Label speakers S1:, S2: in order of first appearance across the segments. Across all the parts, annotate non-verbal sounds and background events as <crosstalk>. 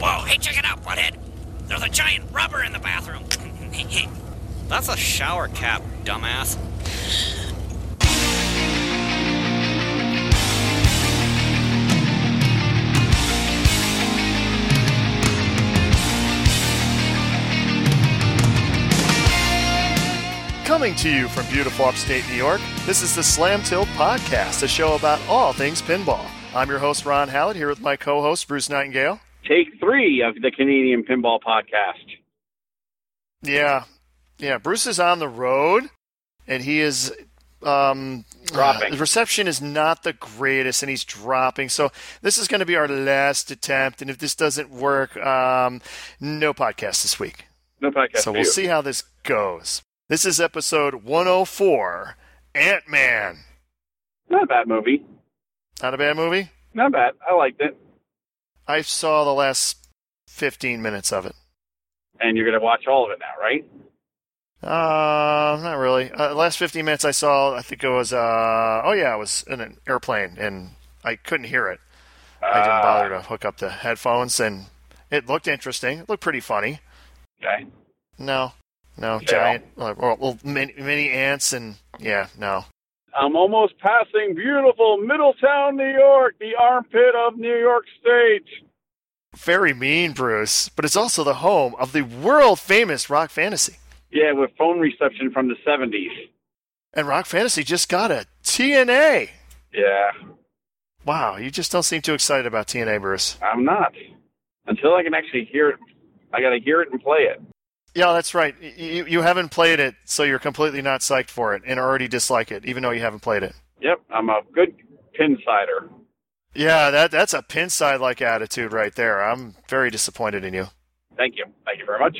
S1: Whoa, hey, check it out, butthead. There's a giant rubber in the bathroom. <laughs> That's a shower cap, dumbass.
S2: Coming to you from beautiful upstate New York, this is the Slam Tilt Podcast, a show about all things pinball. I'm your host, Ron Hallett, here with my co host, Bruce Nightingale.
S3: Take three of the Canadian Pinball Podcast.
S2: Yeah, yeah. Bruce is on the road, and he is um,
S3: Dropping.
S2: uh, the reception is not the greatest, and he's dropping. So this is going to be our last attempt, and if this doesn't work, um, no podcast this week.
S3: No podcast.
S2: so
S3: for
S2: we'll
S3: you.
S2: see how this goes. This is episode 104, Ant Man.
S3: Not a bad movie.
S2: Not a bad movie.
S3: Not bad. I liked it.
S2: I saw the last 15 minutes of it.
S3: And you're going to watch all of it now, right?
S2: Uh, not really. Uh, the last 15 minutes I saw, I think it was, uh, oh yeah, it was in an airplane and I couldn't hear it. I
S3: Ah. Uh,
S2: didn't bother to hook up the headphones and it looked interesting. It looked pretty funny.
S3: Okay.
S2: No, no, giant, uh, well, well, mini, mini ants and yeah, no.
S3: I'm almost passing beautiful Middletown, New York, the armpit of New York State.
S2: Very mean, Bruce, but it's also the home of the world famous Rock Fantasy.
S3: Yeah, with phone reception from the 70s.
S2: And Rock Fantasy just got a TNA.
S3: Yeah,
S2: Wow, you just don't seem too excited about TNA, Bruce.
S3: I'm not. Until I can actually hear it, I got to hear it and play it.
S2: Yeah, that's right. Y- You, you haven't played it, so you're completely not psyched for it and already dislike it, even though you haven't played it.
S3: Yep, I'm a good pinsider.
S2: Yeah, that that's a pin side like attitude right there. I'm very disappointed in you.
S3: Thank you. Thank you very much.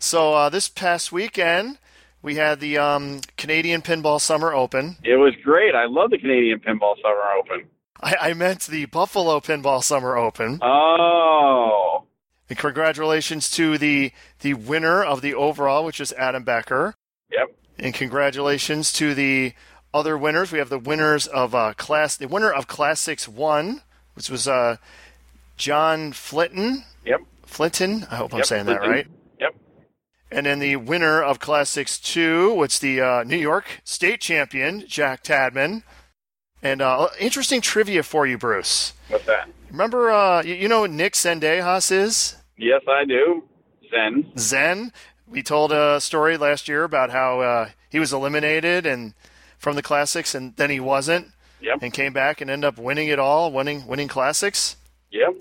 S2: So uh, this past weekend, we had the um, Canadian Pinball Summer Open.
S3: It was great. I love the Canadian Pinball Summer Open.
S2: I, I meant the Buffalo Pinball Summer Open.
S3: Oh,
S2: And congratulations to the the winner of the overall, which is Adam Becker.
S3: yep.
S2: And congratulations to the other winners. We have the winners of uh, class, the winner of Class Six One, which was uh, John Flinton.
S3: Yep.
S2: Flinton, I hope I'm
S3: yep.
S2: saying that
S3: Clinton.
S2: right.
S3: Yep.
S2: And then the winner of Class Six Two, which the uh, New York State champion Jack Tadman. And uh, interesting trivia for you, Bruce.
S3: What's that?
S2: Remember, uh, you, you know what Nick Sendejas is?
S3: Yes, I do. Zen.
S2: Zen. We told a story last year about how uh, he was eliminated and from the classics, and then he wasn't,
S3: Yep.
S2: and came back and ended up winning it all, winning winning classics.
S3: Yep.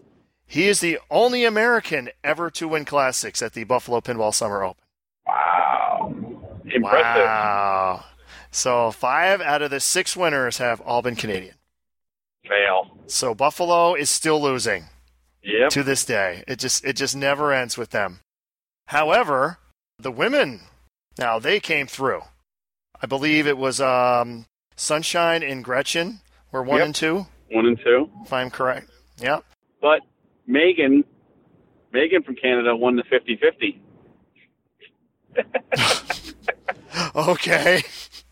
S2: He is the only American ever to win classics at the Buffalo Pinball Summer Open.
S3: Wow. Impressive.
S2: Wow! So five out of the six winners have all been Canadian.
S3: Fail.
S2: So Buffalo is still losing.
S3: Yep.
S2: to this day. It just it just never ends with them. However, the women now they came through. I believe it was um, Sunshine and Gretchen were one
S3: Yep.
S2: and two,
S3: One and two.
S2: if I'm correct. Yeah.
S3: But Megan, Megan from Canada won the 50 50.
S2: Okay.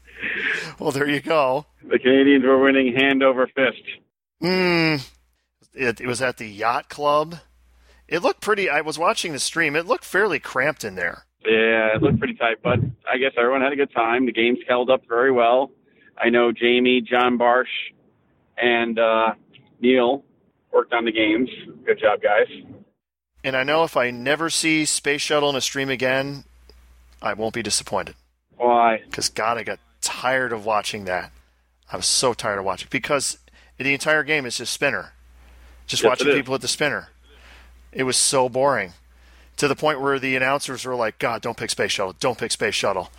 S2: <laughs> well, there you go.
S3: The Canadians were winning hand over fist.
S2: Mm. It, it was at the yacht club. It looked pretty. I was watching the stream. It looked fairly cramped in there.
S3: Yeah, it looked pretty tight, but I guess everyone had a good time. The games held up very well. I know Jamie, John Barsh, and uh, Neil worked on the games. Good job, guys.
S2: And I know if I never see Space Shuttle in a stream again, I won't be disappointed.
S3: Why?
S2: because God, I got tired of watching that. I was so tired of watching because the entire game is just spinner, just
S3: Yes,
S2: watching
S3: it is.
S2: people at the spinner. It was so boring to the point where the announcers were like, "God, don't pick Space Shuttle, don't pick Space Shuttle."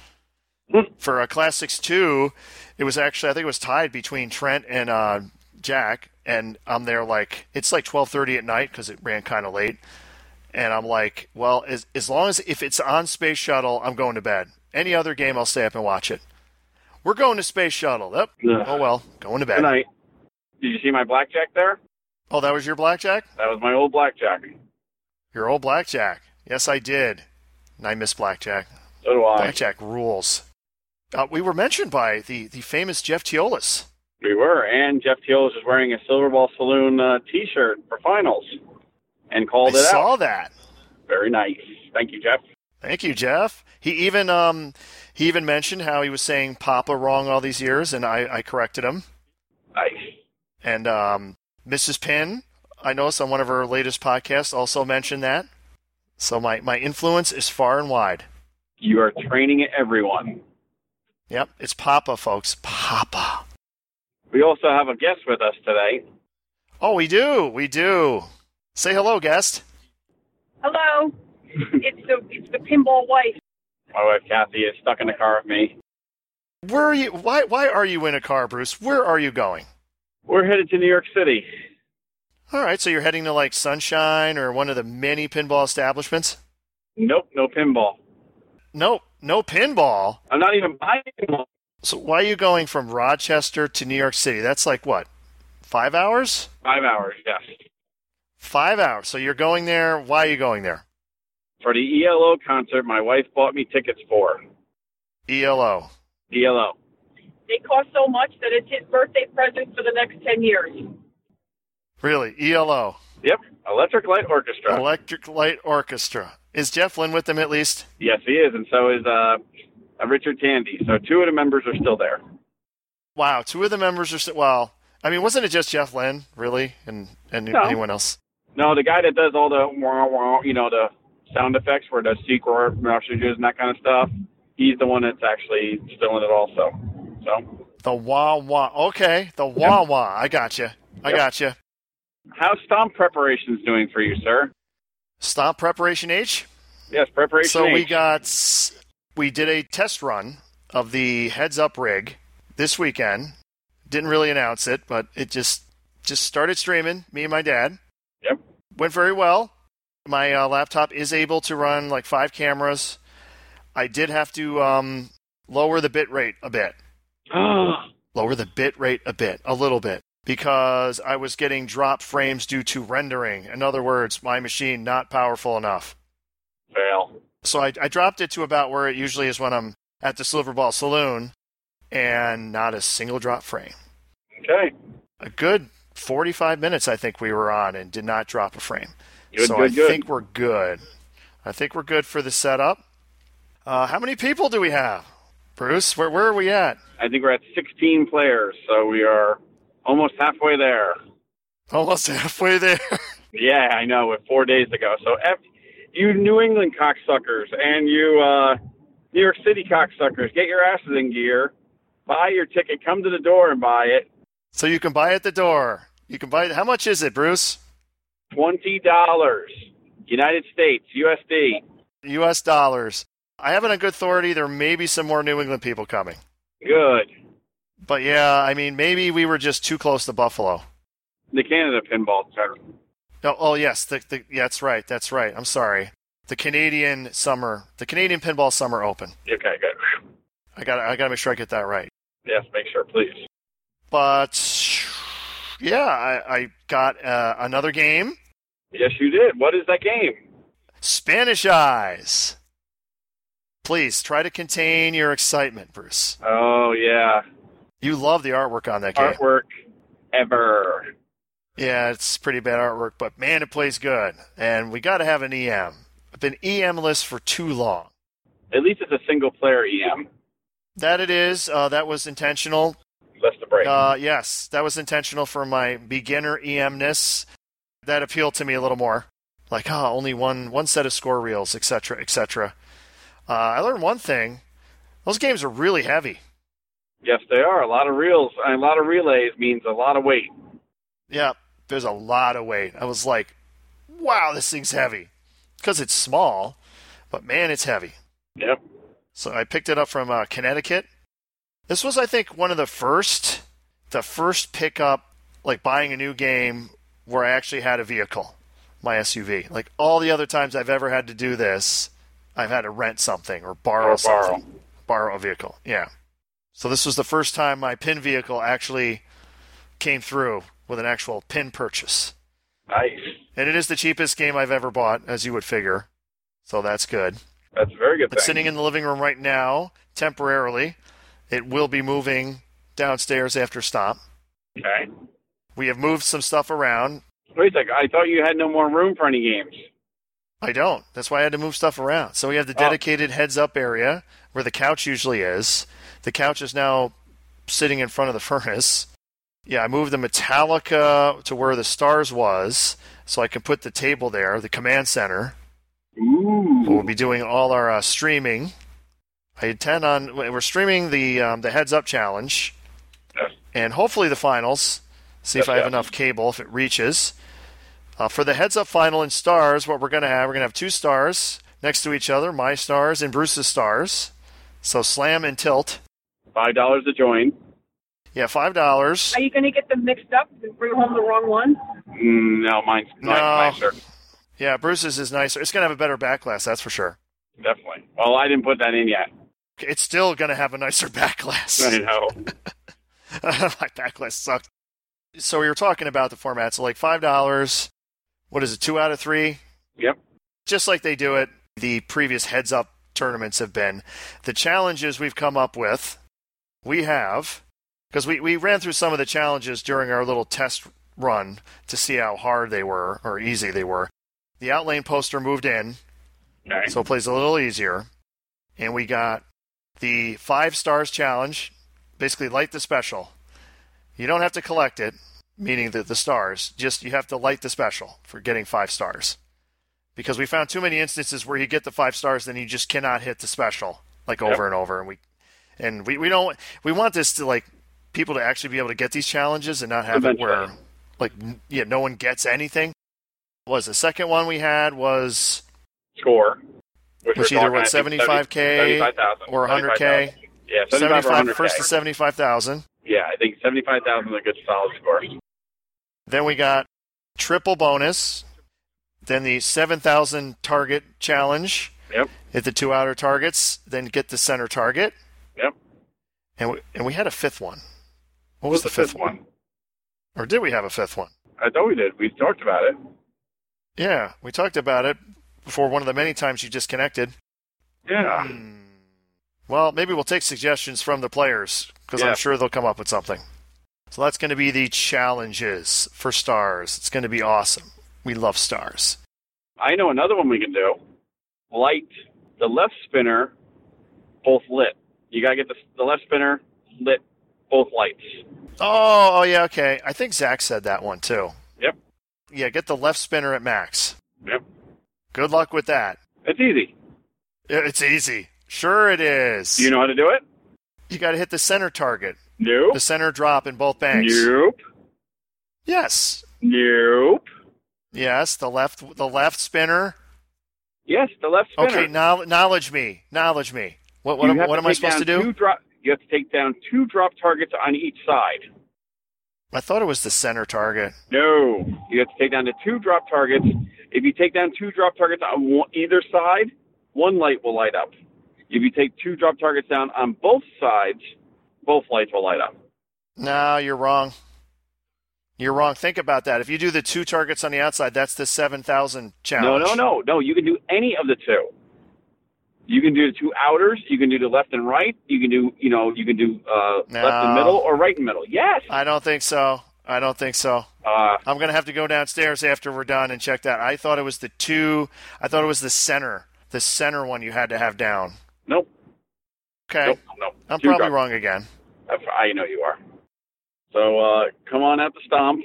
S3: Hmm.
S2: For uh, Classics Two, it was actually I think it was tied between Trent and uh, Jack, and I'm there like it's like 12:30 at night because it ran kind of late. And I'm like, well, as, as long as if it's on Space Shuttle, I'm going to bed. Any other game, I'll stay up and watch it. We're going to Space Shuttle. Yep.
S3: Ugh.
S2: Oh, well, going to bed.
S3: Good night. Did you see my blackjack there?
S2: Oh, that was your blackjack?
S3: That was my old blackjack.
S2: Your old blackjack. Yes, I did. And I miss blackjack.
S3: So do I.
S2: Blackjack rules. Uh, we were mentioned by the, the famous Jeff Teolis.
S3: We were, and Jeff Teals is wearing a Silver Ball Saloon uh, T-shirt for finals, and called
S2: I
S3: it out.
S2: saw that.
S3: Very nice. Thank you, Jeff.
S2: Thank you, Jeff. He even um, he even mentioned how he was saying Papa wrong all these years, and I, I corrected him.
S3: Nice.
S2: And um, Mrs. Pin, I noticed on one of her latest podcasts, also mentioned that. So my, my influence is far and wide.
S3: You are training everyone.
S2: Yep, it's Papa, folks. Papa.
S3: We also have a guest with us today.
S2: Oh, we do. We do. Say hello, guest.
S4: Hello. it's the it's the pinball wife.
S3: My wife Kathy is stuck in the car with me.
S2: Where are you? Why, why are you in a car, Bruce? Where are you going?
S3: We're headed to New York City.
S2: All right, so you're heading to like Sunshine or one of the many pinball establishments?
S3: Nope, no pinball.
S2: Nope, no pinball.
S3: I'm not even buying pinball.
S2: So why are you going from Rochester to New York City? That's like what? Five hours?
S3: Five hours, yes.
S2: Five hours. So you're going there. Why are you going there?
S3: For the ELO concert my wife bought me tickets for. E
S2: ELO.
S3: ELO.
S4: They cost so much that it's his birthday present for the next ten years.
S2: Really? ELO.
S3: Yep, Electric Light Orchestra.
S2: Electric Light Orchestra. Is Jeff Lynne with them at least?
S3: yes, he is, and so is uh, uh, Richard Tandy. So two of the members are still there.
S2: Wow, two of the members are still. Well, I mean, wasn't it just Jeff Lynne, really? And, and
S3: No.
S2: anyone else?
S3: No, the guy that does all the wah wah, you know, the sound effects where the secret messages and that kind of stuff, he's the one that's actually still in it also. So,
S2: The wah wah. Okay, the wah wah. I got you. I
S3: Yep.
S2: got you.
S3: how's stomp preparations doing for you, sir?
S2: Stop preparation H.
S3: Yes, preparation.
S2: So we
S3: H.
S2: got s- we did a test run of the heads up rig this weekend. Didn't really announce it, but it just just started streaming. Me and my dad
S3: Yep. <gasps>
S2: went very well. My uh, laptop is able to run like five cameras. I did have to um, lower the bit rate a bit, lower the bit rate a bit, a little bit, because I was getting drop frames due to rendering. In other words, my machine not powerful enough.
S3: Fail.
S2: So I, I dropped it to about where it usually is when I'm at the Silver Ball Saloon, and not a single drop frame.
S3: Okay.
S2: A good 45 minutes, I think we were on, and did not drop a frame.
S3: Good,
S2: so
S3: good,
S2: I
S3: good.
S2: think we're good. I think we're good for the setup. Uh, how many people do we have, Bruce? Where where are we at?
S3: I think we're at 16 players, so we are almost halfway there.
S2: Almost <laughs> halfway there.
S3: Yeah, I know. With four days to go, so F, you New England cocksuckers and you uh, New York City cocksuckers, get your asses in gear, buy your ticket, come to the door and buy it.
S2: so you can buy at the door. You can buy. How much is it, Bruce?
S3: Twenty dollars, United States USD.
S2: U.S. dollars. I have it on good authority. There may be some more New England people coming.
S3: Good.
S2: But yeah, I mean, maybe we were just too close to Buffalo.
S3: The Canada Pinball Tournament.
S2: No, oh yes, the, the, yeah, that's right, that's right. I'm sorry. The Canadian summer, the Canadian pinball summer open.
S3: Okay, good. <sighs> Whew.
S2: I got, to I got to make sure I get that right.
S3: Yes, make sure, please.
S2: But yeah, I, I got uh, another game,
S3: Yes, you did. What is that game?
S2: Spanish Eyes. Please try to contain your excitement, Bruce.
S3: Oh yeah,
S2: You love the artwork on that game.
S3: artwork ever.
S2: Yeah, it's pretty bad artwork, but man, it plays good. And we got to have an EM. I've been EM-less for too long.
S3: At least it's a single player E EM.
S2: That it is. Uh, that was intentional.
S3: Less the break.
S2: Uh, yes, that was intentional for my beginner EMness. That appealed to me a little more. Like, ah, only one one set of score reels, etc., etc. Uh, I learned one thing: those games are really heavy.
S3: Yes, they are. A lot of reels and a lot of relays means a lot of weight.
S2: Yeah, there's a lot of weight. I was like, wow, this thing's heavy because it's small, but man, it's heavy.
S3: Yep.
S2: So I picked it up from uh, Connecticut. This was, I think, one of the first, the first pickup, like buying a new game where I actually had a vehicle, my SUV. Like all the other times I've ever had to do this, I've had to rent something or borrow
S3: Or borrow.
S2: something, borrow a vehicle. Yeah. So this was the first time my pin vehicle actually came through with an actual pin purchase.
S3: Nice.
S2: And it is the cheapest game I've ever bought, as you would figure. So that's good.
S3: That's a very good
S2: But
S3: thing.
S2: sitting in the living room right now, temporarily, it will be moving downstairs after stop.
S3: Okay.
S2: We have moved some stuff around.
S3: Wait a second. I thought you had no more room for any games.
S2: I don't. That's why I had to move stuff around. So we have the
S3: Oh.
S2: dedicated heads up area where the couch usually is. The couch is now sitting in front of the <laughs> furnace. Yeah, I moved the Metallica to where the stars was so I can put the table there, the command center. We'll
S3: Ooh.
S2: be doing all our uh, streaming. I intend on we're streaming the um, the heads up challenge,
S3: Yes.
S2: and hopefully the finals. See if
S3: Yes,
S2: I have
S3: yes.
S2: enough cable if it reaches. Uh, for the heads up final in stars, what we're gonna have we're gonna have two stars next to each other, my stars and Bruce's stars. So slam and tilt.
S3: Five dollars to join.
S2: Yeah, five dollars.
S4: Are you going to get them mixed up and bring home the wrong one?
S3: Mm, no, mine's mine's
S2: No.
S3: nicer.
S2: Yeah, Bruce's is nicer. It's gonna have a better backlash, that's for sure.
S3: Definitely. Well, I didn't put that in yet. <laughs>
S2: It's still gonna have a nicer <laughs> backlash. <laughs>
S3: I know.
S2: my backlash sucked. So we were talking about the format. So like five dollars. What is it? Two out of three.
S3: Yep.
S2: Just like they do it. The previous heads up tournaments have been the challenges we've come up with. We have because we we ran through some of the challenges during our little test run to see how hard they were or easy they were. The outlane poster moved in,
S3: Okay.
S2: so it plays a little easier. And we got the five stars challenge, basically light the special. You don't have to collect it, meaning the, the stars, just you have to light the special for getting five stars. Because we found too many instances where you get the five stars, then you just cannot hit the special, like
S3: Yep.
S2: over and over. And we and we, we don't we want this to like people to actually be able to get these challenges and not have
S3: Eventually.
S2: it where like n- yeah, no one gets anything. Was the second one we had was
S3: Score.
S2: Which
S3: we're
S2: either what,
S3: talking, I think,
S2: 75K
S3: 75,000,
S2: or 100K?
S3: 75,000. Yeah, 75 or
S2: 75
S3: 100K.
S2: first to 75,000.
S3: yeah, I think 75,000 is a good solid score.
S2: Then we got triple bonus. Then the 7,000 target challenge.
S3: Yep.
S2: Hit the two outer targets, then get the center target.
S3: Yep.
S2: And we, and we had a fifth one. What
S3: What's
S2: was the fifth, one? Or did we have a fifth one?
S3: I thought we did. We talked about it.
S2: Yeah, we talked about it before one of the many times you disconnected.
S3: Yeah.
S2: Well, maybe we'll take suggestions from the players because
S3: Yeah.
S2: I'm sure they'll come up with something. So that's going to be the challenges for stars. It's going to be awesome. We love stars.
S3: I know another one we can do. Light the left spinner, both lit. You got to get the, the left spinner lit, both lights.
S2: Oh, oh yeah, okay. I think Zach said that one too.
S3: Yep.
S2: Yeah, get the left spinner at max.
S3: Yep.
S2: Good luck with that.
S3: It's easy.
S2: Yeah, It's easy. Sure, it is.
S3: Do you know how to do it?
S2: you got to hit the center target,
S3: Nope.
S2: the center drop in both banks.
S3: Nope.
S2: Yes,
S3: Nope.
S2: yes. The left, the left spinner.
S3: Yes, the left spinner.
S2: Okay, now, knowledge me, knowledge me. What, what,
S3: You
S2: am,
S3: have
S2: what
S3: to
S2: am I
S3: take
S2: supposed to
S3: down
S2: do?
S3: Two drop, you have to take down two drop targets on each side.
S2: I thought it was the center target.
S3: No, you have to take down the two drop targets. If you take down two drop targets on one, either side, one light will light up. If you take two drop targets down on both sides, both lights will light up.
S2: No, you're wrong. You're wrong. Think about that. If you do the two targets on the outside, that's the 7,000
S3: No,
S2: challenge.
S3: no, no, no. You can do any of the two. You can do the two outers. You can do the left and right. You can do, you know, you can do uh, left and
S2: No. Uh,
S3: middle or right and middle. Yes.
S2: I don't think so. I don't think so.
S3: Uh,
S2: I'm going to have to go downstairs after we're done and check that. I thought it was the two, I thought it was the center, the center one you had to have down.
S3: nope.
S2: Okay.
S3: Nope. Nope.
S2: I'm
S3: Two
S2: probably
S3: drop.
S2: wrong again.
S3: That's- I know you are. So uh, come on out to Stomp.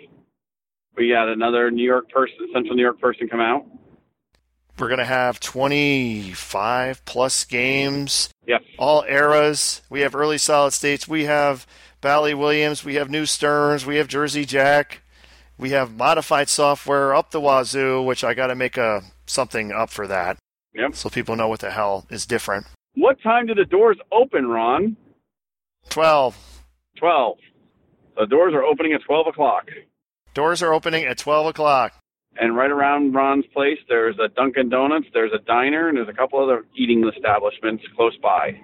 S3: We got another New York person, Central New York person, come out.
S2: We're going to have 25 plus games.
S3: Yes.
S2: all eras. We have early solid states. We have Bally Williams. We have New Stearns. We have Jersey Jack. We have modified software up the wazoo, which I got to make a something up for that,
S3: Yep.
S2: so people know what the hell is different.
S3: What time do the doors open, Ron?
S2: Twelve
S3: Twelve. The doors are opening at twelve o'clock,
S2: doors are opening at twelve o'clock.
S3: and right around Ron's place, there's a Dunkin' Donuts, there's a diner, and there's a couple other eating establishments close by.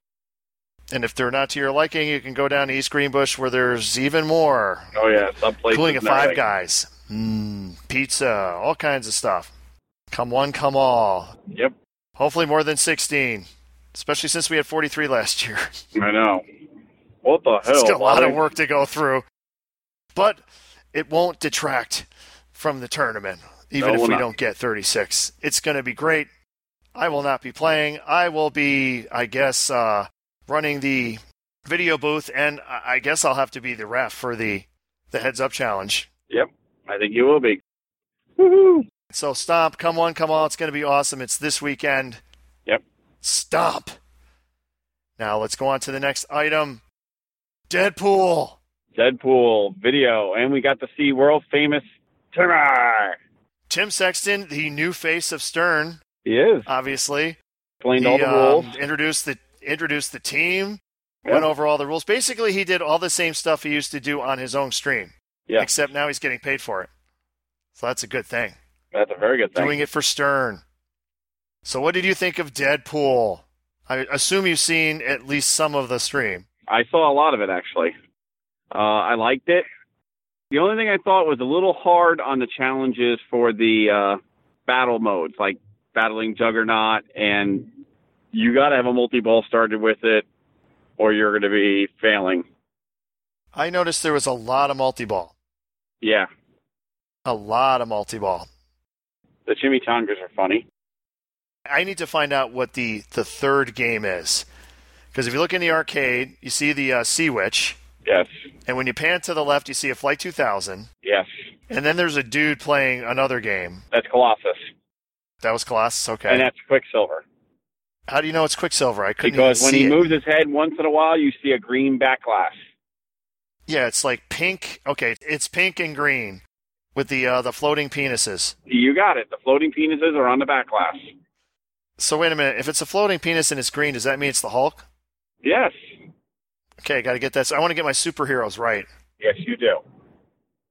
S2: And if they're not to your liking, you can go down to East Greenbush where there's even more,
S3: Oh yeah, some places.
S2: including a
S3: and
S2: Five
S3: everything.
S2: Guys, mm, pizza, all kinds of stuff. Come one, come all.
S3: Yep.
S2: Hopefully more than sixteen, especially since we had forty-three last year. <laughs>
S3: I know. What the hell?
S2: Still a lot
S3: Why
S2: of work to go through. but it won't detract from the tournament, even
S3: No,
S2: if
S3: will
S2: we
S3: not.
S2: don't get 36. It's going to be great. I will not be playing. I will be, I guess, uh, running the video booth, and I I guess I'll have to be the ref for the, the heads up challenge.
S3: Yep, I think you will be. Woohoo!
S2: So stomp, come on, come on. It's going to be awesome. It's this weekend.
S3: Yep.
S2: Stomp. Now let's go on to the next item. Deadpool.
S3: Deadpool video, and we got to see world famous Timmer.
S2: Tim Sexton, the new face of Stern,
S3: He is
S2: obviously.
S3: explained
S2: He,
S3: all the
S2: um,
S3: rules.
S2: introduced the introduced the team,
S3: Yeah.
S2: went over all the rules. Basically, he did all the same stuff he used to do on his own stream,
S3: Yeah,
S2: except now he's getting paid for it. So that's a good thing.
S3: that's a very good thing.
S2: doing it for Stern. So, what did you think of Deadpool? I assume you've seen at least some of the stream.
S3: I saw a lot of it actually. Uh, I liked it. The only thing I thought was a little hard on the challenges for the uh, battle modes, like battling Juggernaut, and you got to have a multi ball started with it, or you're going to be failing.
S2: I noticed there was a lot of multi ball.
S3: Yeah,
S2: A lot of multi ball.
S3: the chimichangas are funny.
S2: I need to find out what the, the third game is. Because if you look in the arcade, you see the uh, Sea Witch,
S3: Yes,
S2: and when you pan to the left, you see a Flight 2000,
S3: yes,
S2: and then there's a dude playing another game.
S3: that's Colossus,
S2: That was Colossus,
S3: and
S2: okay.
S3: that's Quicksilver.
S2: How do you know it's Quicksilver? I couldn't
S3: Because
S2: even
S3: when
S2: see
S3: he
S2: it.
S3: moves his head once in a while, you see a green backlash.
S2: Yeah, it's like pink. Okay, it's pink and green with the uh, the floating penises.
S3: You got it. The floating penises are on the backlash.
S2: So wait a minute. If it's a floating penis and it's green, does that mean it's the Hulk?
S3: Yes,
S2: Okay, got to get that. So I want to get my superheroes right.
S3: yes, you do.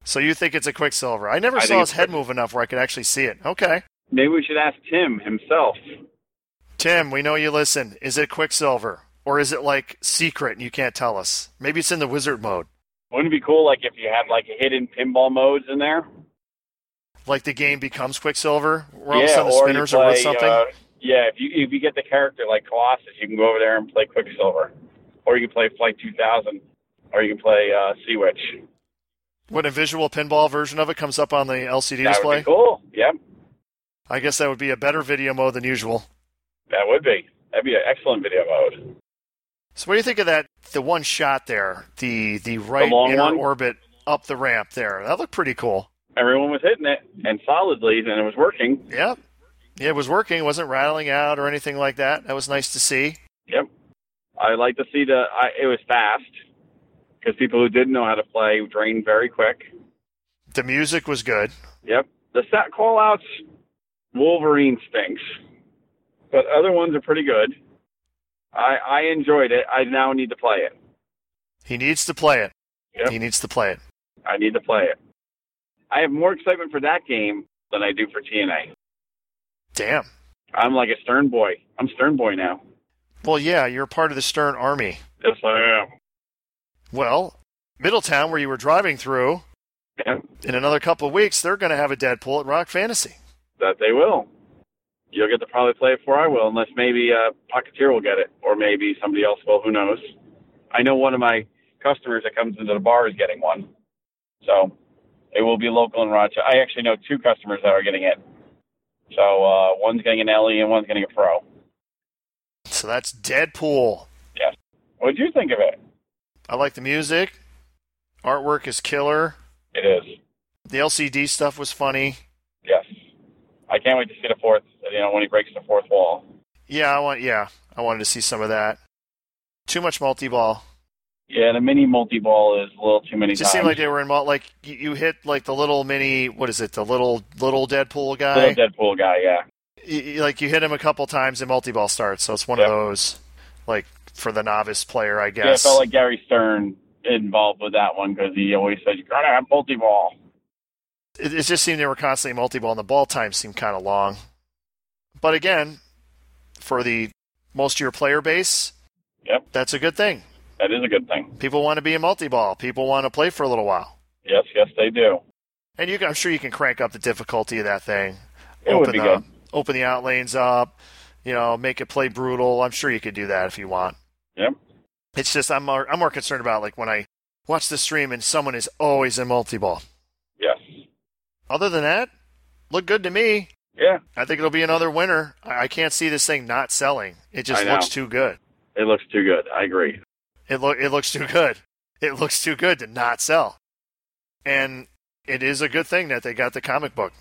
S2: So you think it's a Quicksilver? I never
S3: I
S2: saw
S3: think
S2: his
S3: it's
S2: head move enough where I could actually see it. Okay,
S3: Maybe we should ask Tim himself.
S2: Tim, we know you listen. Is it Quicksilver or is it like secret and you can't tell us? Maybe it's in the wizard mode,
S3: Wouldn't it be cool, like if you had like hidden pinball modes in there?
S2: like the game becomes Quicksilver, where all of a
S3: yeah,
S2: sudden the
S3: or
S2: spinners
S3: you
S2: are
S3: play,
S2: worth something.
S3: Uh, yeah, if you if you get the character like Colossus, you can go over there and play Quicksilver, or you can play Flight 2000, or you can play uh, Sea Witch.
S2: When a visual pinball version of it comes up on the LCD
S3: That would
S2: display,
S3: be cool. Yep,
S2: I guess that would be a better video mode than usual.
S3: that would be. That'd be an excellent video mode.
S2: So what do you think of that? The one shot there, the the right
S3: long
S2: inner
S3: one?
S2: orbit up the ramp there. That looked pretty cool.
S3: Everyone was hitting it and solidly, and it was working.
S2: Yep. Yeah, it was working. It wasn't rattling out or anything like that. That was nice to see.
S3: Yep. I like to see the. I, it was fast because people who didn't know how to play drained very quick.
S2: The music was good.
S3: Yep. The stat callouts, Wolverine stinks, but other ones are pretty good. I I enjoyed it. I now need to play it.
S2: He needs to play it.
S3: Yep.
S2: He needs to play it.
S3: I need to play it. I have more excitement for that game than I do for TNA.
S2: Damn.
S3: I'm like a Stern boy. I'm Stern boy now.
S2: Well, yeah, you're part of the Stern Army.
S3: Yes, I am.
S2: Well, Middletown, where you were driving through,
S3: Yep,
S2: in another couple of weeks, they're going to have a Deadpool at Rock Fantasy.
S3: that they will. You'll get to probably play it before I will, unless maybe uh, Pocketeer will get it, or maybe somebody else will. Who knows? I know one of my customers that comes into the bar is getting one, so it will be local in Rochester. I actually know two customers that are getting it. So uh, one's getting an Ellie and one's getting a Pro.
S2: So that's Deadpool.
S3: Yes. What'd you think of it?
S2: I like the music. Artwork is killer.
S3: It is.
S2: The LCD stuff was funny.
S3: Yes. I can't wait to see the fourth. You know when he breaks the fourth wall.
S2: Yeah, I want. Yeah, I wanted to see some of that. Too much multi-ball.
S3: Yeah, the mini multi ball is a little too many
S2: It just seemed
S3: times.
S2: like they were in mul- like you, you hit like the little mini. What is it? The little little Deadpool guy.
S3: little Deadpool guy. Yeah.
S2: You- you- like you hit him a couple times and multi-ball starts. So it's one
S3: Yeah.
S2: of those like for the novice player, I
S3: Yeah, it
S2: guess.
S3: felt like Gary Stern involved with that one because he always said, you got to have multi ball.
S2: it, it just seemed they were constantly multi-ball, and the ball time seemed kind of long. But again, for the most of your player base,
S3: Yep.
S2: that's a good thing.
S3: That is a good thing.
S2: People want to be in multi-ball. People want to play for a little while.
S3: Yes, yes, they do.
S2: And you can, I'm sure you can crank up the difficulty of that thing.
S3: It
S2: open
S3: would be
S2: the,
S3: good.
S2: Open the out lanes up. You know, make it play brutal. I'm sure you could do that if you want.
S3: Yep.
S2: It's just I'm more, I'm more concerned about like when I watch the stream and someone is always in multi ball.
S3: Yes.
S2: Other than that, look good to me.
S3: Yeah.
S2: I think it'll be another winner. I I can't see this thing not selling. It just
S3: I know.
S2: looks too good.
S3: It looks too good. I agree.
S2: It lo- it looks too good. It looks too good to not sell. And it is a good thing that they got the comic book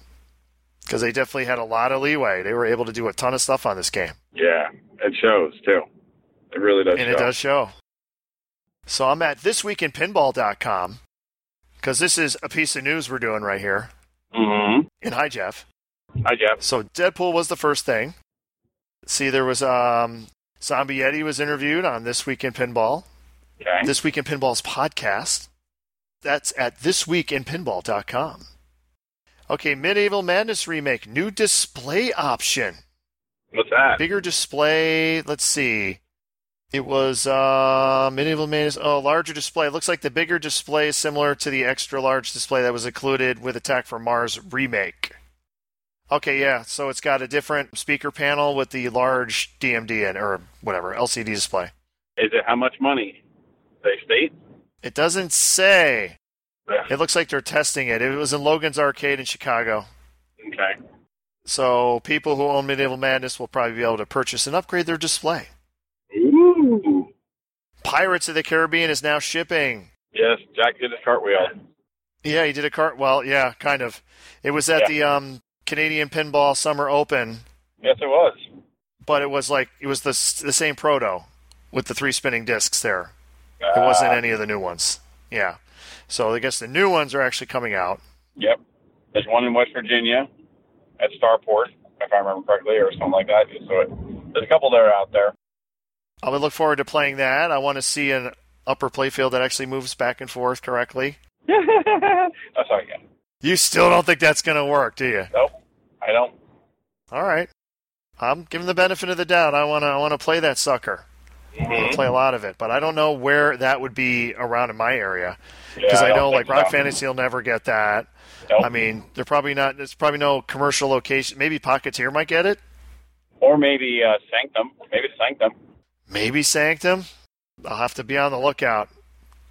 S2: because they definitely had a lot of leeway. They were able to do a ton of stuff on this game,
S3: Yeah. It shows too. It really does.
S2: and
S3: show.
S2: it does show. So I'm at thisweekinpinball.com because this is a piece of news we're doing right here.
S3: Mm-hmm.
S2: And hi, Jeff.
S3: Hi, Jeff.
S2: So Deadpool was the first thing. See, there was um, Zombie Yeti was interviewed on This Week in Pinball.
S3: Okay.
S2: This Week in Pinball's podcast. That's at thisweekinpinball.com. Okay, Medieval Madness remake, new display option,
S3: What's that?
S2: bigger display. Let's see. It was uh, Medieval Madness. Oh, larger display. It looks like the bigger display is similar to the extra large display that was included with Attack from Mars remake. Okay, yeah. So it's got a different speaker panel with the large DMD in, or whatever LCD display.
S3: Is it how much money? They state.
S2: It doesn't say.
S3: Yeah.
S2: It looks like they're testing it. It was in Logan's Arcade in Chicago.
S3: Okay.
S2: So people who own Medieval Madness will probably be able to purchase and upgrade their display.
S3: Ooh.
S2: Pirates of the Caribbean is now shipping.
S3: Yes, Jack did his cartwheel.
S2: Yeah, he did a cart. Well, yeah, kind of. It was at
S3: Yeah.
S2: the um, Canadian Pinball Summer Open,
S3: Yes, it was.
S2: but it was like it was the s- the same proto with the three spinning discs there. It wasn't any of the new ones. Yeah. So I guess the new ones are actually coming out.
S3: Yep. There's one in West Virginia at Starport, if I remember correctly, or something like that. So it, there's a couple that are out there.
S2: I would look forward to playing that. I want to see an upper playfield that actually moves back and forth correctly.
S3: That's all I got.
S2: You still don't think that's going to work, do you?
S3: Nope. I don't.
S2: All right. I'm giving the benefit of the doubt. I want to I want to play that sucker. I
S3: Mm-hmm.
S2: want to play a lot of it, but I don't know where that would be around in my area because
S3: Yeah,
S2: I,
S3: don't
S2: know like
S3: think
S2: Rock
S3: so.
S2: Fantasy will never get that.
S3: Nope.
S2: I mean, they're probably not. There's probably no commercial location. Maybe Pocketeer might get it.
S3: Or maybe uh, Sanctum. Maybe Sanctum.
S2: Maybe Sanctum. I'll have to be on the lookout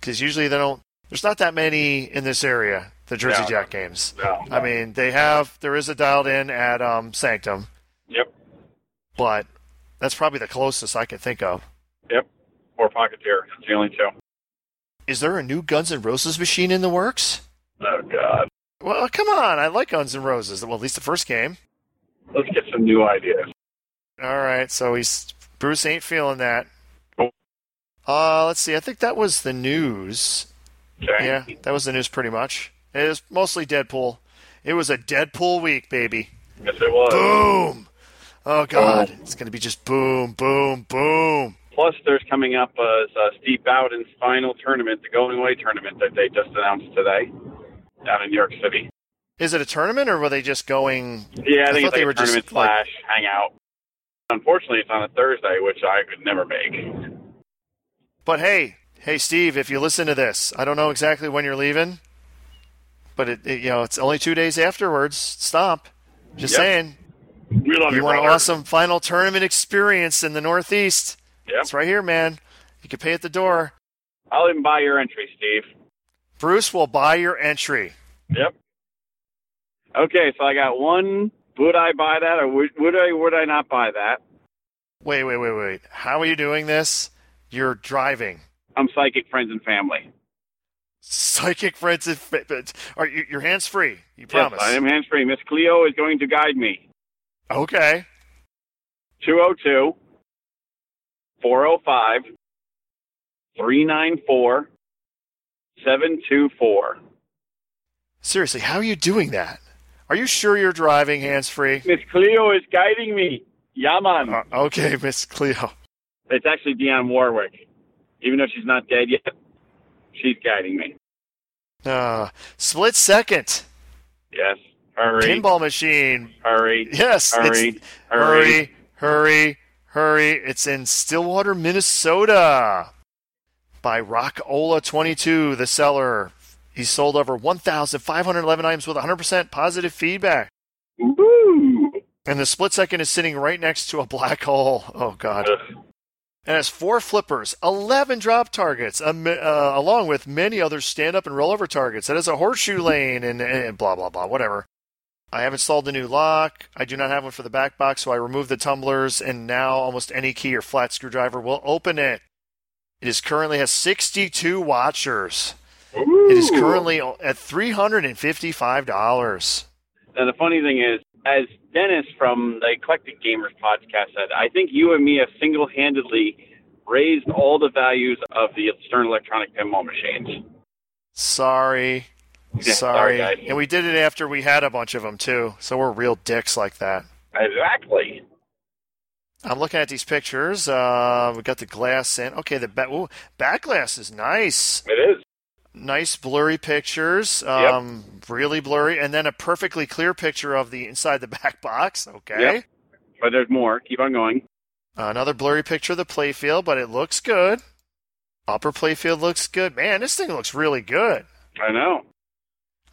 S2: because usually they don't. There's not that many in this area. The Jersey
S3: No.
S2: Jack games.
S3: No.
S2: I mean, they have. There is a dialed in at um, Sanctum,
S3: Yep.
S2: but that's probably the closest I can think of.
S3: Yep. Or Pocketeer. It's the only two.
S2: Is there a new Guns N' Roses machine in the works?
S3: Oh, God.
S2: Well, come on. I like Guns N' Roses. Well, at least the first game.
S3: Let's get some new ideas.
S2: All right. So he's Bruce ain't feeling that.
S3: Nope.
S2: Uh, let's see. I think that was the news.
S3: Okay.
S2: Yeah, that was the news pretty much. It was mostly Deadpool. It was a Deadpool week, baby.
S3: Yes, it was.
S2: Boom. Oh God, it's gonna be just boom, boom, boom.
S3: Plus, there's coming up uh, uh, Steve Bowden's final tournament, the Going Away tournament that they just announced today down in New York City.
S2: Is it a tournament or were they just going?
S3: Yeah, I,
S2: I
S3: think
S2: thought
S3: it's
S2: they
S3: like
S2: were
S3: a tournament
S2: just, like-
S3: slash hangout. Unfortunately, it's on a Thursday, which I could never make.
S2: But hey, hey Steve, if you listen to this, I don't know exactly when you're leaving, but it, it- you know it's only two days afterwards. Stop. Just
S3: Yep.
S2: saying,
S3: We love
S2: you want an awesome final tournament experience in the Northeast?
S3: Yep.
S2: It's right here, man. You can pay at the door.
S3: I'll even buy your entry, Steve.
S2: Bruce will buy your entry.
S3: Yep. Okay, so I got one. Would I buy that, or would, would I? Would I not buy that?
S2: Wait, wait, wait, wait. How are you doing this? You're driving.
S3: I'm psychic friends and family.
S2: Psychic friends, and fa- but- are you, your hands free? You promise?
S3: Yes, I am hands free. Miss Cleo is going to guide me.
S2: Okay.
S3: 202 405 394 724.
S2: Seriously, how are you doing that? Are you sure you're driving hands free?
S3: Miss Cleo is guiding me. Yaman.
S2: Uh, okay, <laughs> Miss Cleo.
S3: It's actually Dionne Warwick. Even though she's not dead yet, she's guiding me.
S2: Uh, split second.
S3: Yes. Hurry.
S2: Pinball machine.
S3: Hurry.
S2: Yes. it's-
S3: Hurry. Hurry.
S2: hurry, hurry, hurry. It's in Stillwater, Minnesota by Rock Ola 22, the seller. He sold over 1,511 items with 100% positive feedback.
S3: Woo.
S2: And the split second is sitting right next to a black hole. Oh, God.
S3: Ugh.
S2: and has four flippers, 11 drop targets, um, uh, along with many other stand up and rollover targets. That is a horseshoe lane and, and blah, blah, blah, whatever. I have installed the new lock. I do not have one for the back box, so I removed the tumblers, and now almost any key or flat screwdriver will open it. It is currently has 62 watchers. It is currently at $355.
S3: Now, the funny thing is, as Dennis from the Eclectic Gamers podcast said, I think you and me have single handedly raised all the values of the Stern Electronic pinball machines.
S2: Sorry.
S3: Yeah,
S2: Sorry.
S3: sorry, guys.
S2: and we did it after we had a bunch of them, too. So we're real dicks like that.
S3: Exactly.
S2: I'm looking at these pictures. Uh, we got the glass in. Okay, the ba- ooh, back glass is nice.
S3: It is.
S2: Nice blurry pictures. Um, Really blurry. And then a perfectly clear picture of the inside the <laughs> back box. Okay.
S3: Yep. But there's more. Keep on going.
S2: Another blurry picture of the playfield, but it looks good. Upper playfield looks good. Man, this thing looks really good.
S3: I know.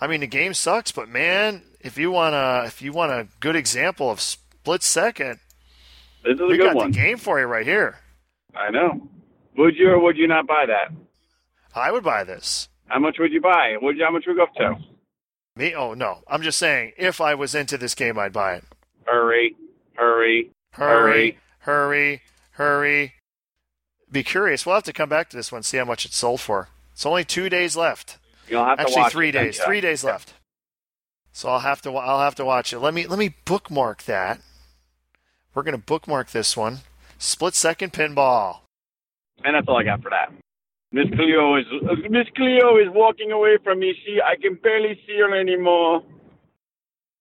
S2: I mean, the game sucks, but man, if you want a if you want a good example of split second,
S3: This is a
S2: we
S3: good
S2: got
S3: one.
S2: the game for you right here.
S3: I know. Would you or would you not buy that?
S2: I would buy this.
S3: How much would you buy? Would you, how much would you go up to?
S2: Me? Oh no, I'm just saying. If I was into this game, I'd buy it.
S3: Hurry, hurry,
S2: Hurry, hurry, hurry. Be curious. We'll have to come back to this one, see how much it sold for. It's only two days left.
S3: You'll have to
S2: Actually,
S3: watch.
S2: three
S3: it then,
S2: days.
S3: Chuck.
S2: Three days left. So I'll have to. wa- I'll have to watch it. Let me. Let me bookmark that. We're gonna bookmark this one. Split second pinball.
S3: And that's all I got for that. Miss Cleo is uh, Miss Cleo is walking away from me. She I can barely see her anymore.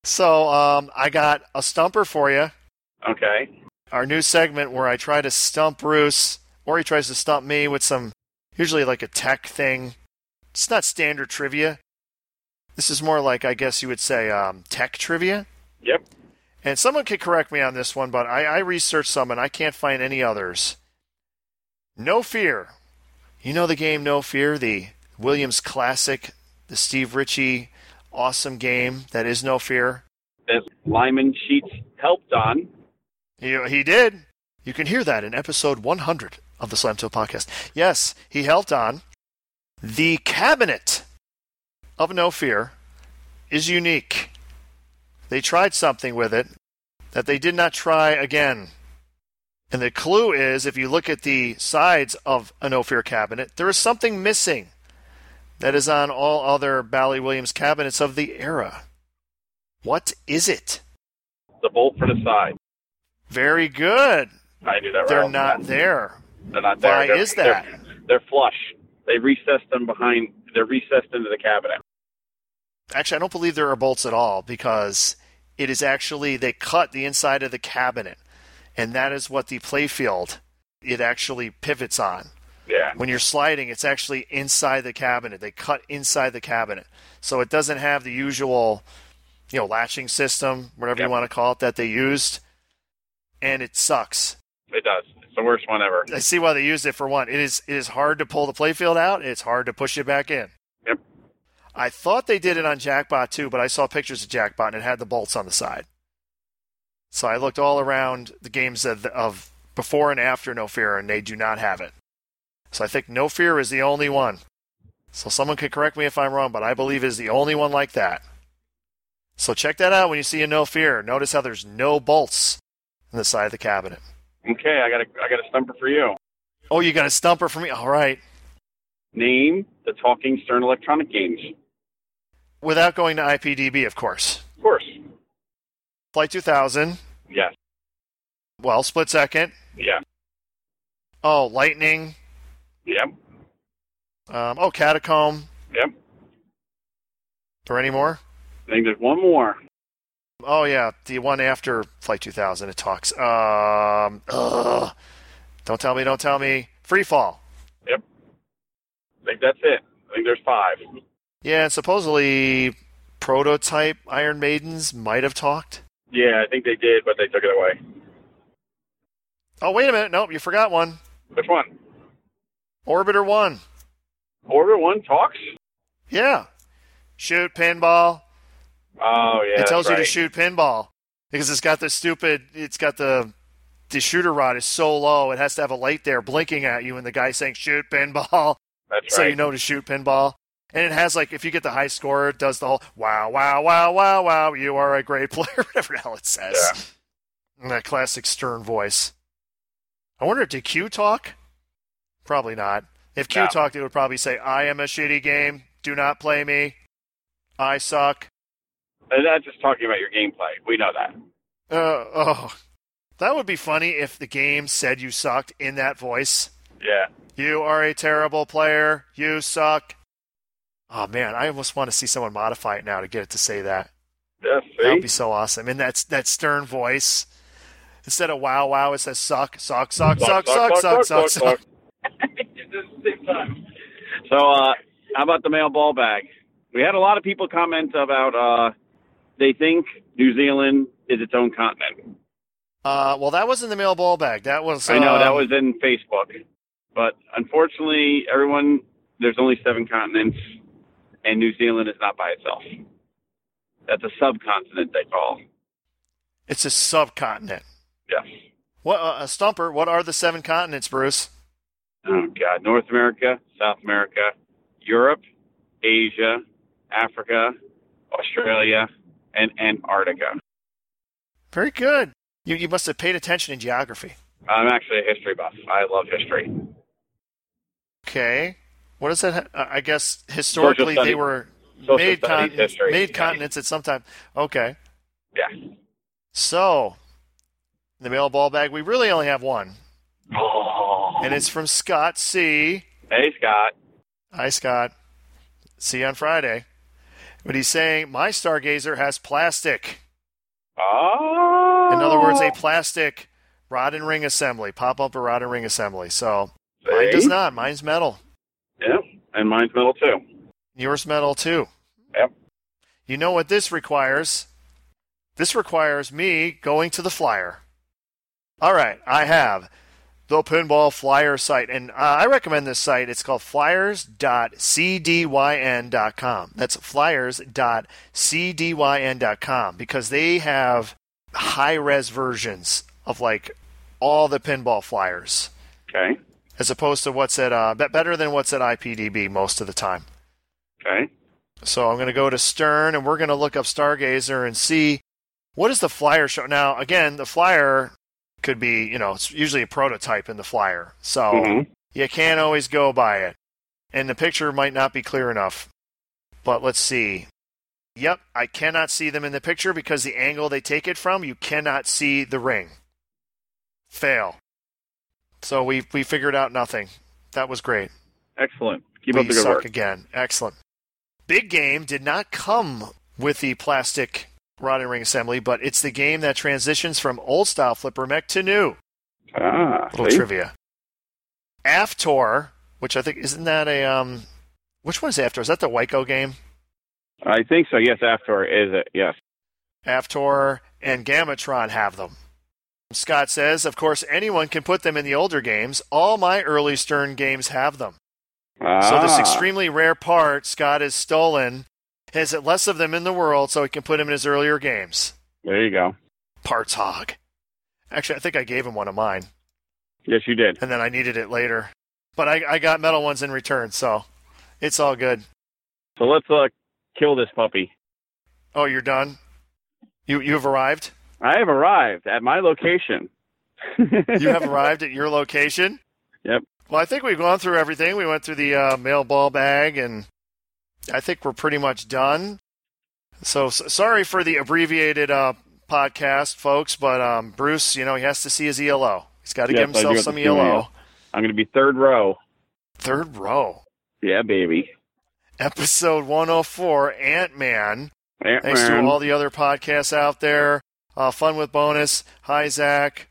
S2: So um, I got a stumper for you.
S3: Okay.
S2: Our new segment where I try to stump Bruce, or he tries to stump me with some, usually like a tech thing. It's not standard trivia. This is more like I guess you would say um, tech trivia.
S3: Yep.
S2: And someone could correct me on this one, but I, I researched some and I can't find any others. No Fear. You know the game No Fear, the Williams classic, the Steve Ritchie awesome game that is No Fear.
S3: That Lyman Sheets helped on.
S2: He, he did. You can hear that in episode 100 of the Slam Till podcast. Yes, he helped on. The cabinet of No Fear is unique. They tried something with it that they did not try again. And the clue is if you look at the sides of a No Fear cabinet, there is something missing that is on all other Bally Williams cabinets of the era. What is it?
S3: The bolt for the side.
S2: Very good.
S3: I knew that. right
S2: They're
S3: off the
S2: not
S3: bat.
S2: there.
S3: They're not there.
S2: Why
S3: They're-
S2: is that?
S3: They're, they're flush. They recessed them behind. They're recessed into the cabinet.
S2: Actually, I don't believe there are bolts at all because it is actually they cut the inside of the cabinet, and that is what the playfield it actually pivots on.
S3: Yeah.
S2: When you're sliding, it's actually inside the cabinet. They cut inside the cabinet, so it doesn't have the usual, you know, latching system, whatever
S3: Yep.
S2: you want to call it, that they used, and it sucks.
S3: It does. It's the worst one ever.
S2: I see why they used it for one. It is it is hard to pull the playfield out. It's hard to push it back in.
S3: Yep.
S2: I thought they did it on Jackbot too, but I saw pictures of Jackbot and it had the bolts on the side. So I looked all around the games of, of before and after No Fear, and they do not have it. So I think No Fear is the only one. So someone could correct me if I'm wrong, but I believe it is the only one like that. So check that out when you see a No Fear. Notice how there's no bolts on the side of the cabinet.
S3: Okay. I got a I got a stumper for you.
S2: Oh, you got a stumper for me? All right.
S3: Name the talking Stern Electronic games.
S2: Without going to IPDB, of course.
S3: Of course.
S2: Flight 2000.
S3: Yes.
S2: Well, split second.
S3: Yeah.
S2: Oh, lightning.
S3: Yep.
S2: Um, oh, catacomb.
S3: Yep.
S2: Or any more?
S3: I think there's one more.
S2: Oh yeah, the one after Flight 2000. It talks. Um, ugh. Don't tell me. Don't tell me. Free fall.
S3: Yep. I think that's it. I think there's five.
S2: Yeah, and supposedly prototype Iron Maidens might have talked.
S3: Yeah, I think they did, but they took it away.
S2: Oh wait a minute. Nope, you forgot one.
S3: Which one?
S2: Orbiter one.
S3: Orbit one talks.
S2: Yeah. Shoot pinball.
S3: Oh yeah.
S2: it tells
S3: that's
S2: you to shoot
S3: right.
S2: pinball because it's got the stupid. It's got the the shooter rod is so low, it has to have a light there blinking at you, and the guy saying shoot pinball,
S3: That's
S2: so
S3: right.
S2: you know to shoot pinball. And it has like if you get the high score, it does the whole wow, wow, wow, wow, wow, you are a great <laughs> player, whatever the hell it says. And that classic stern voice. I wonder did Q talk? Probably not. If Q
S3: No.
S2: talked, it would probably say, I am a shitty game, do not play me. I suck.
S3: And that's just talking about your gameplay. We know that.
S2: Uh, oh. That would be funny if the game said you sucked in that voice.
S3: Yeah.
S2: You are a terrible player. You suck. Oh man, I almost want to see someone modify it now to get it to say that.
S3: Yeah,
S2: That would
S3: see?
S2: be so awesome. And that's that stern voice. Instead of wow wow, it says suck, suck, suck, suck, suck, suck, suck, suck.
S3: <laughs> So, uh, how about the male ball bag? We had a lot of people comment about uh, they think New Zealand is its own continent.
S2: Uh, well, that wasn't the mail ball bag. That was.
S3: I know
S2: um,
S3: that was in Facebook, but unfortunately, everyone there's only seven continents, and New Zealand is not by itself. That's a subcontinent they call.
S2: It's a subcontinent.
S3: Yes.
S2: What uh, a stumper? What are the seven continents, Bruce?
S3: Oh God, North America, South America, Europe, Asia, Africa, Australia, and Antarctica.
S2: Very good. You you must have paid attention in geography.
S3: I'm actually a history buff. I love history.
S2: Okay. What is that? Uh, I guess historically they
S3: studies.
S2: were
S3: Social
S2: made
S3: studies,
S2: continents,
S3: history.
S2: made
S3: Yeah.
S2: continents at some time. Okay.
S3: Yeah.
S2: So, the mail ball bag, we really only have one,
S3: Oh.
S2: and it's from Scott C.
S3: Hey Scott.
S2: Hi, Scott. See you on Friday. But he's saying, My stargazer has plastic.
S3: Oh.
S2: In other words, a plastic rod and ring assembly, pop up a rod and ring assembly. So, mine
S3: See?
S2: does not. Mine's metal.
S3: Yeah, and mine's metal too.
S2: Yours metal, too.
S3: Yep.
S2: You know what this requires? This requires me going to the flyer. All right, I have the pinball flyer site, and uh, I recommend this site. It's called flyers.cdyn.com. That's flyers.cdyn.com because they have high res versions of like all the pinball flyers,
S3: Okay.
S2: as opposed to what's at uh, be- better than what's at IPDB most of the time.
S3: Okay.
S2: So I'm going to go to Stern and we're going to look up Stargazer and see what is the flyer show. Now, again, the flyer could be, you know, it's usually a prototype in the flyer. So
S3: Mhm.
S2: you can't always go by it. And the picture might not be clear enough. But let's see. Yep, I cannot see them in the picture because the angle they take it from, you cannot see the ring. Fail. So we we figured out nothing. That was great
S3: Excellent. Keep
S2: we
S3: up the good
S2: suck
S3: work.
S2: again. Excellent. Big Game did not come with the plastic rod and ring assembly, but it's the game that transitions from old style flipper mech to new.
S3: Ah,
S2: Little
S3: see?
S2: trivia. Aftor, which I think isn't that a um, which one's Aftor? Is that the Waco game?
S3: I think so. Yes, after is it? Yes.
S2: Aftor and Gamatron have them. Scott says, of course, anyone can put them in the older games. All my early Stern games have them. So this
S3: Ah.
S2: extremely rare part Scott has stolen has it less of them in the world so he can put him in his earlier games.
S3: There you go.
S2: Parts hog. Actually, I think I gave him one of mine,
S3: Yes, you did.
S2: and then I needed it later. But I, I got metal ones in return, so it's all good.
S3: So let's uh, kill this puppy.
S2: Oh, you're done? You you have arrived?
S3: I have arrived at my location.
S2: <laughs>
S3: <laughs>
S2: You have arrived at your location?
S3: Yep.
S2: Well, I think we've gone through everything. We went through the uh, mail ball bag, and I think we're pretty much done. So s- sorry for the abbreviated uh, podcast, folks, but um, Bruce, you know, he has to see his ELO. He's got to
S3: Yes,
S2: give
S3: I do
S2: himself
S3: have to
S2: some
S3: see my E
S2: ELO.
S3: ELO. I'm going to be third row.
S2: Third row,
S3: Yeah, baby.
S2: episode 104, Ant Man. Thanks to
S3: Ant-Man.
S2: all the other podcasts out there. Uh, Fun with Bonus. Hi, Zach.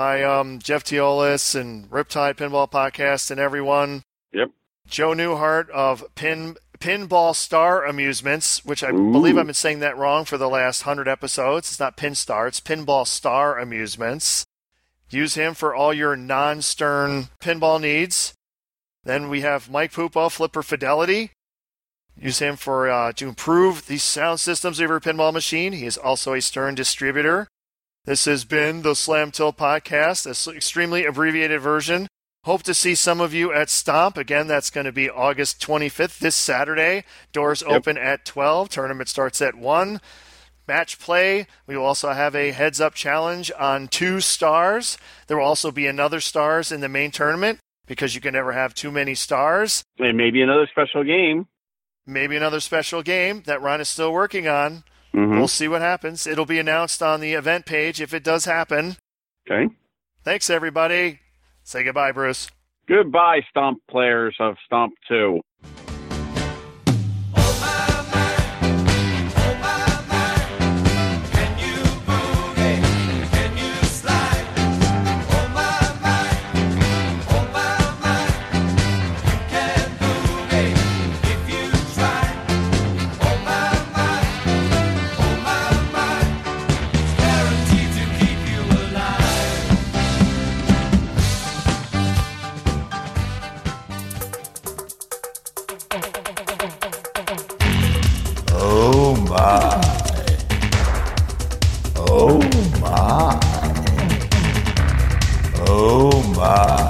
S2: Hi, um, Jeff Teolis and Riptide Pinball Podcast and everyone.
S3: Yep.
S2: Joe Newhart of Pin Pinball Star Amusements, which I
S3: Ooh.
S2: believe I've been saying that wrong for the last hundred episodes. It's not Pin Star, it's Pinball Star Amusements. Use him for all your non-stern pinball needs. Then we have Mike Pupo, Flipper Fidelity. Use him for uh, to improve the sound systems of your pinball machine. He is also a Stern distributor. This has been the Slam Till Podcast, this extremely abbreviated version. Hope to see some of you at Stomp. Again, that's going to be August 25th, this Saturday. Doors open at 12. Tournament starts at 1. Match play. We will also have a heads up challenge on two stars. There will also be another stars in the main tournament because you can never have too many stars.
S3: And maybe another special game.
S2: Maybe another special game that Ron is still working on.
S3: Mm-hmm.
S2: We'll see what happens. It'll be announced on the event page if it does happen.
S3: Okay.
S2: Thanks, everybody. Say goodbye, Bruce.
S3: Goodbye, Stomp players of Stomp 2.
S5: Oh my my, oh my my, can you boogie? Can you slide? Oh my my, oh my my, you can boogie if you try. Oh my my, oh my my, it's guaranteed to keep you alive.
S6: Oh my. Oh my. Oh my.